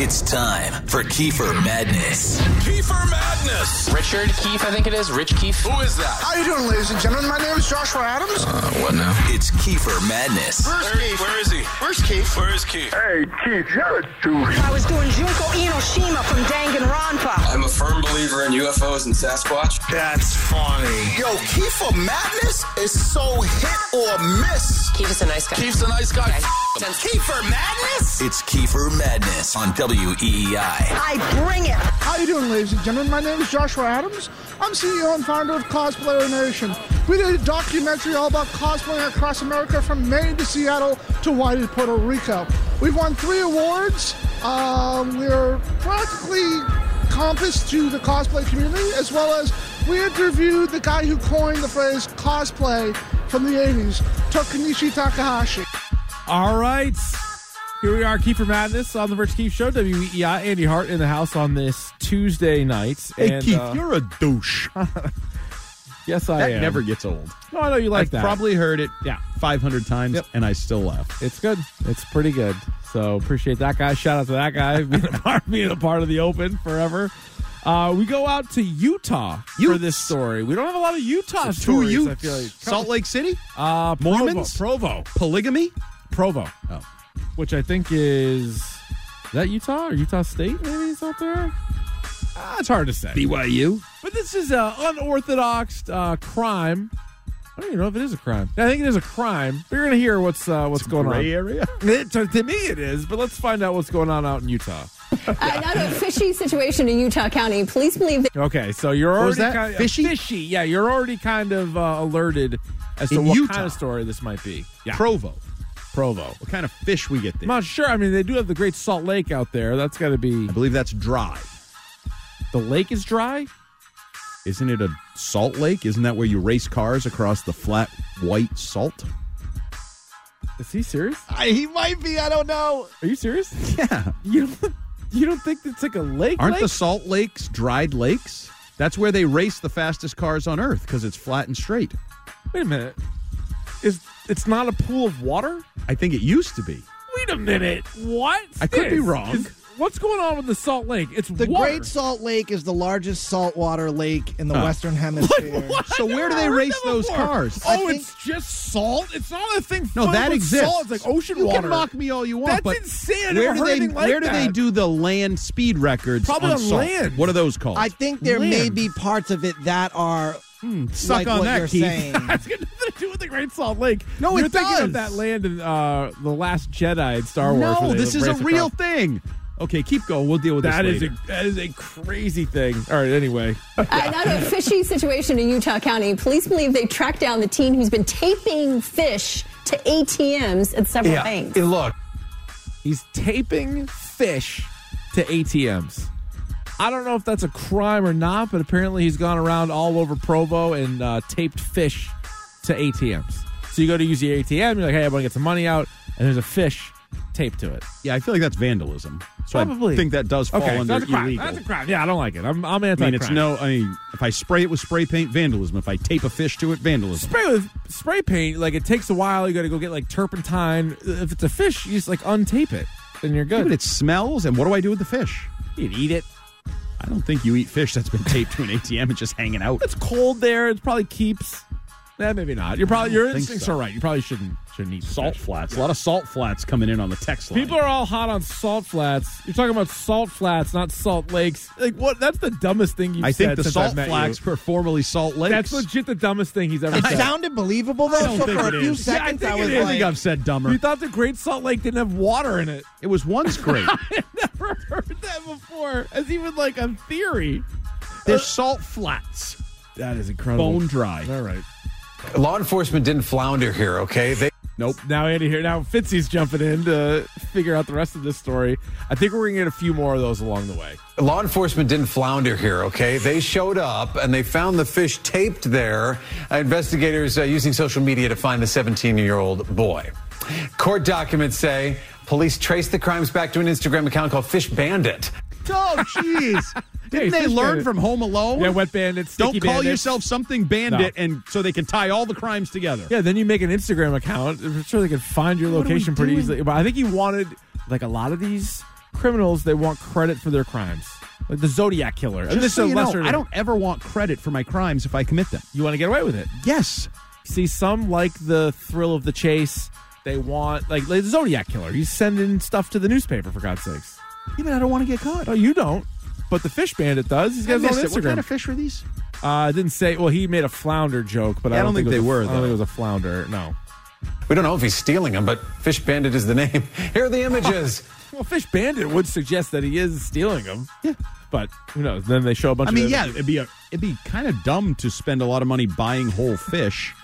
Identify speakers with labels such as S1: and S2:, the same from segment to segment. S1: It's time for Kiefer Madness.
S2: Kiefer Madness.
S3: Richard Keefe, I think it is. Rich Keefe.
S2: Who is that?
S4: How you doing, ladies and gentlemen? My name is Joshua Adams.
S2: Uh,
S3: What now?
S1: It's Kiefer Madness.
S4: Where's
S2: Where, where is he?
S4: Where's Keith?
S2: Where is Keith?
S5: Hey, Keith, you're a douche.
S6: I was doing Junko Inoshima from Danganronpa.
S7: I'm a firm believer in UFOs and Sasquatch.
S2: That's funny.
S4: Yo, Kiefer Madness is so hit or miss.
S8: Keith is a nice guy.
S2: Keith's a nice guy.
S4: Kiefer Madness?
S1: It's Kiefer Madness on E WEEI.
S6: I bring it.
S9: How you doing, ladies and gentlemen? My name is Joshua Adams. I'm CEO and founder of Cosplayer Nation. We did a documentary all about cosplaying across America from Maine to Seattle to Hawaii to Puerto Rico. We've won three awards. Um, we're practically compass to the cosplay community, as well as we interviewed the guy who coined the phrase cosplay from the 80s, Tokunishi Takahashi.
S10: All right. Here we are, Keeper Madness on the Rich Keefe Show. WEEI, Andy Hart in the house on this Tuesday night.
S11: Hey,
S10: and,
S11: Keith,
S10: uh,
S11: you're a douche.
S10: yes, I
S11: That
S10: am.
S11: never gets old.
S10: No, I know you like
S11: I've
S10: that.
S11: probably heard it
S10: Yeah.
S11: 500 times,
S10: Yep.
S11: and I still laugh.
S10: It's good. It's pretty good. So appreciate that guy. Shout out to that guy being a part, being a part of the Open forever. Uh, we go out to Utah for
S11: Utes.
S10: this story. We don't have a lot of Utah
S11: Two
S10: stories.
S11: Utes.
S10: I feel like
S11: Salt Lake City?
S10: uh,
S11: Mormons?
S10: Provo,
S11: Polygamy?
S10: Provo, Provo,
S11: Oh.
S10: which I think is, is that Utah or Utah State? Maybe it's out there. Uh, it's hard to say.
S11: BYU?
S10: But this is an unorthodox uh, crime. I don't even know if it is a crime. I think it is a crime. We're gonna hear what's uh, what's going
S11: Gray
S10: on.
S11: area?
S10: It- to, to me, it is. But let's find out what's going on out in Utah.
S8: Uh, not a fishy situation in Utah County. Police believe that
S10: Okay, so you're
S11: What
S10: already
S11: was that?
S10: Kind of,
S11: Fishy?
S10: Yeah, you're already kind of uh, alerted as to
S11: In
S10: what
S11: Utah.
S10: kind of story this might be. Yeah,
S11: Provo.
S10: Provo.
S11: What kind of fish we get
S10: I'm
S11: there?
S10: not sure. I mean, they do have the Great Salt Lake out there. That's got to be
S11: I believe that's dry.
S10: the lake is dry.
S11: Isn't it a salt lake? Isn't that where you race cars across the flat white salt?
S10: Is he serious?
S11: he might be. I don't know.
S10: Are you serious?
S11: Yeah.
S10: you don't, you don't think it's like a lake?
S11: Aren't
S10: lake?
S11: the salt lakes dried lakes? That's where they race the fastest cars on Earth because it's flat and straight.
S10: Wait a minute. Is it's not a pool of water?
S11: I think it used to be.
S10: Wait a minute. What?
S11: I could be wrong.
S10: what's going on with the Salt Lake? It's
S12: The
S10: water.
S12: Great Salt Lake is the largest saltwater lake in the
S11: Huh.
S12: Western Hemisphere.
S10: What?
S11: So
S10: I
S11: where do
S10: never
S11: they
S10: heard
S11: race
S10: that
S11: those
S10: before.
S11: cars?
S10: Oh,
S12: I think-
S10: it's just salt. It's not a thing.
S11: No,
S10: filled
S11: that
S10: with
S11: exists.
S10: Salt. It's like ocean
S11: you
S10: water.
S11: can mock me all you want,
S10: That's
S11: but
S10: insane. I never
S11: Where do
S10: heard
S11: they?
S10: anything like
S11: where do they
S10: that.
S11: do the land speed records?
S10: Probably on
S11: salt?
S10: land.
S11: What are those called?
S12: I think there may
S10: Land. Hmm,
S12: be parts of it that are
S11: Suck
S12: like
S11: on
S12: what
S11: that,
S12: you're
S11: Keith.
S12: saying.
S10: That's got nothing to do with the Great Salt Lake.
S11: No,
S10: You're
S11: it
S10: thinking
S11: does.
S10: of that land in uh, the Last Jedi in Star Wars.
S11: no,
S10: where they
S11: this is a
S10: race
S11: real
S10: across-
S11: thing. Okay, keep going. We'll deal with
S10: That
S11: this
S10: is
S11: later.
S10: a that is a crazy thing. All right. Anyway,
S8: uh, not a fishy situation in Utah County. Police believe they tracked down the teen who's been taping fish to ATMs at several banks.
S10: look, he's taping fish to ATMs. I don't know if that's a crime or not, but apparently he's gone around all over Provo and uh, taped fish to ATMs. So you go to use the ATM, you're like, hey, I want to get some money out, and there's a fish taped to it.
S11: yeah, I feel like that's vandalism. So
S10: Probably.
S11: I think that does fall
S10: okay, so
S11: under
S10: that's a crime.
S11: illegal.
S10: That's a crime. Yeah, I don't like it. I'm, I'm
S11: I
S10: anti.
S11: mean, it's no. I mean, if I spray it with spray paint, vandalism. If I tape a fish to it, vandalism.
S10: spray with spray paint. Like it takes a while. You got to go get like turpentine. If it's a fish, you just like untape it, and you're
S11: Yeah,
S10: good.
S11: but it smells. And what do I do with the fish?
S10: You'd eat it.
S11: I don't think you eat fish that's been taped to an ATM and just hanging out.
S10: It's cold there. It's probably keeps. Eh, maybe not. You're probably your
S11: think
S10: instincts
S11: so.
S10: are right. You probably shouldn't shouldn't eat
S11: Salt
S10: fish.
S11: flats. A lot of salt flats coming in on the text line.
S10: People are all hot on salt flats. You're talking about salt flats, not salt lakes. Like what? That's the dumbest thing you've
S11: I
S10: said
S11: think the
S10: since
S11: salt
S10: I've met
S11: flats
S10: you.
S11: were formerly salt lakes.
S10: That's legit the dumbest thing he's ever
S12: It
S10: said.
S12: sounded believable though. so for a few
S10: Yeah, I
S12: seconds,
S10: think
S12: I,
S10: it
S12: was
S10: is.
S11: I
S12: like,
S11: think I've said dumber.
S10: you thought the Great Salt Lake didn't have water in it.
S11: it was once great.
S10: Never heard that before. As even like a theory.
S11: They're salt flats.
S10: That is incredible.
S11: Bone dry.
S10: All right.
S3: Law enforcement didn't flounder here, okay? They
S11: Nope.
S10: Now Andy here. Now Fitzy's jumping in to figure out the rest of this story. I think we're gonna get a few more of those along the way.
S3: law enforcement didn't flounder here, okay? They showed up and they found the fish taped there. Uh, investigators uh, using social media to find the 17-year-old boy. Court documents say police traced the crimes back to an Instagram account called Fish Bandit.
S11: Oh, jeez. Didn't
S10: Hey,
S11: they
S10: fish
S11: learn
S10: bandit.
S11: from Home Alone?
S10: Yeah, wet bandits.
S11: Don't call yourself something bandit,
S10: No.
S11: and so they can tie all the crimes together.
S10: Yeah, then you make an Instagram account. I'm sure they can find your
S11: What are we
S10: location pretty
S11: doing?
S10: easily. But I think he wanted like a lot of these criminals, they want credit for their crimes. Like the Zodiac killer. and
S11: Just
S10: this
S11: so
S10: is
S11: you
S10: a
S11: know,
S10: lesser.
S11: I don't ever want credit for my crimes if I commit them.
S10: You want to get away with it?
S11: Yes.
S10: See, some like the thrill of the chase. They want like, like the Zodiac killer. He's sending stuff to the newspaper for God's sakes.
S11: Even I don't want to get caught.
S10: Oh, you don't. But the fish bandit does. He's
S11: I
S10: got his
S11: missed
S10: own
S11: it.
S10: Instagram.
S11: What kind of fish were these?
S10: Uh, I didn't say. Well, he made a flounder joke, but
S11: Yeah,
S10: I, don't think,
S11: they
S10: it was a-
S11: were,
S10: I don't
S11: though.
S10: think it was a flounder. No.
S3: We don't know if he's stealing them, but Fish Bandit is the name. Here are the images.
S10: Well, Fish Bandit would suggest that he is stealing them. Yeah. But who knows? Then they show a bunch.
S11: I mean,
S10: of
S11: yeah, it'd be a, it'd be kind of dumb to spend a lot of money buying whole fish.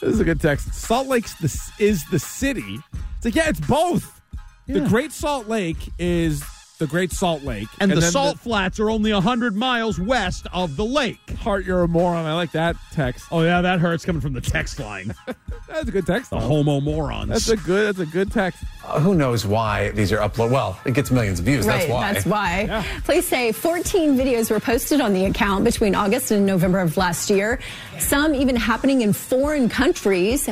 S10: This is a good text. Salt Lake the, is the city. It's like, yeah, it's both. The Great Salt Lake is the Great Salt Lake,
S11: And, the
S10: then
S11: salt flats are only 100 miles west of the lake.
S10: Heart, you're a moron. I like that text.
S11: Oh, yeah, that hurts coming from the text line.
S10: That's a good text.
S11: the
S10: though.
S11: homo morons.
S10: That's a good. That's a good text.
S3: Uh, who knows why these are uploaded? Well, it gets millions of views.
S8: Right,
S3: that's why.
S8: Police say 14 videos were posted on the account between August and November of last year, some even happening in foreign countries.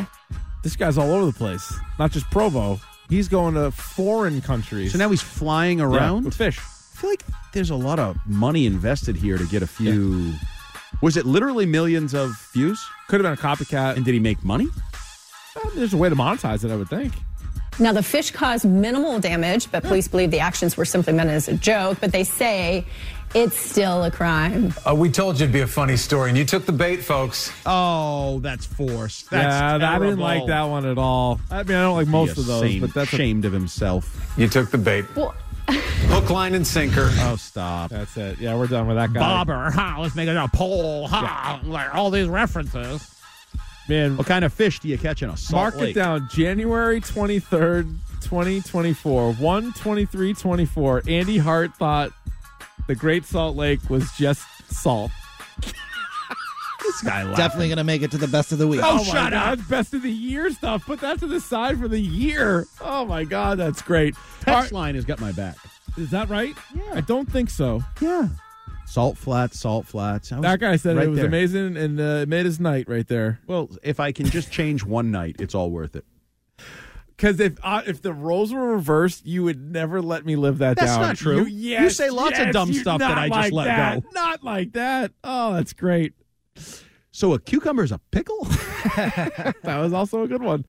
S10: This guy's all over the place. Not just Provo. He's going to foreign countries.
S11: so now he's flying
S10: Yeah,
S11: around?
S10: with fish.
S11: I feel like there's a lot of money invested here to get a few. Was it literally millions of views?
S10: Could have been a copycat.
S11: And did he make money?
S10: Uh, There's a way to monetize it, I would think.
S8: Now, the fish caused minimal damage, but police believe the actions were simply meant as a joke, but they say it's still a crime.
S3: Uh, we told you it'd be a funny story, and you took the bait, folks.
S11: Oh, that's forced.
S10: yeah, I didn't like that one at all. I mean, I don't like most of those, but that's a,
S11: ashamed of himself.
S3: You took the bait.
S8: Well,
S3: Hook, line, and sinker.
S11: Oh, stop.
S10: that's it. Yeah, we're done with that guy.
S11: ha, let's make it a poll, ha, like all these references.
S10: man,
S11: What kind of fish do you catch in a salt
S10: mark
S11: lake?
S10: it down. January twenty third, twenty twenty four. One twenty three twenty four. Andy Hart thought the Great Salt Lake was just salt.
S11: This guy laughed.
S12: Definitely going to make it to the best of the week.
S10: my
S11: Oh, shut
S10: God, That's Oh, best of the year stuff. Put that to the side for the year. Oh my god, that's great. All right,
S11: Text line has got my back.
S10: is that right? Yeah. I don't think so.
S11: Yeah. Salt flats, salt flats. I was
S10: That guy said
S11: right
S10: it was
S11: there.
S10: amazing and uh, it made his night right there.
S11: Well, if I can just change one night, it's all worth it.
S10: Because if uh, if the roles were reversed, you would never let me live that
S11: That's
S10: down.
S11: not true.
S10: You,
S11: You
S10: yes,
S11: say lots of
S10: yes,
S11: dumb
S10: you-
S11: stuff that
S10: not
S11: I just
S10: like
S11: let
S10: that.
S11: go.
S10: Not like that. Oh, that's great.
S11: So a cucumber's a pickle?
S10: That was also a good one.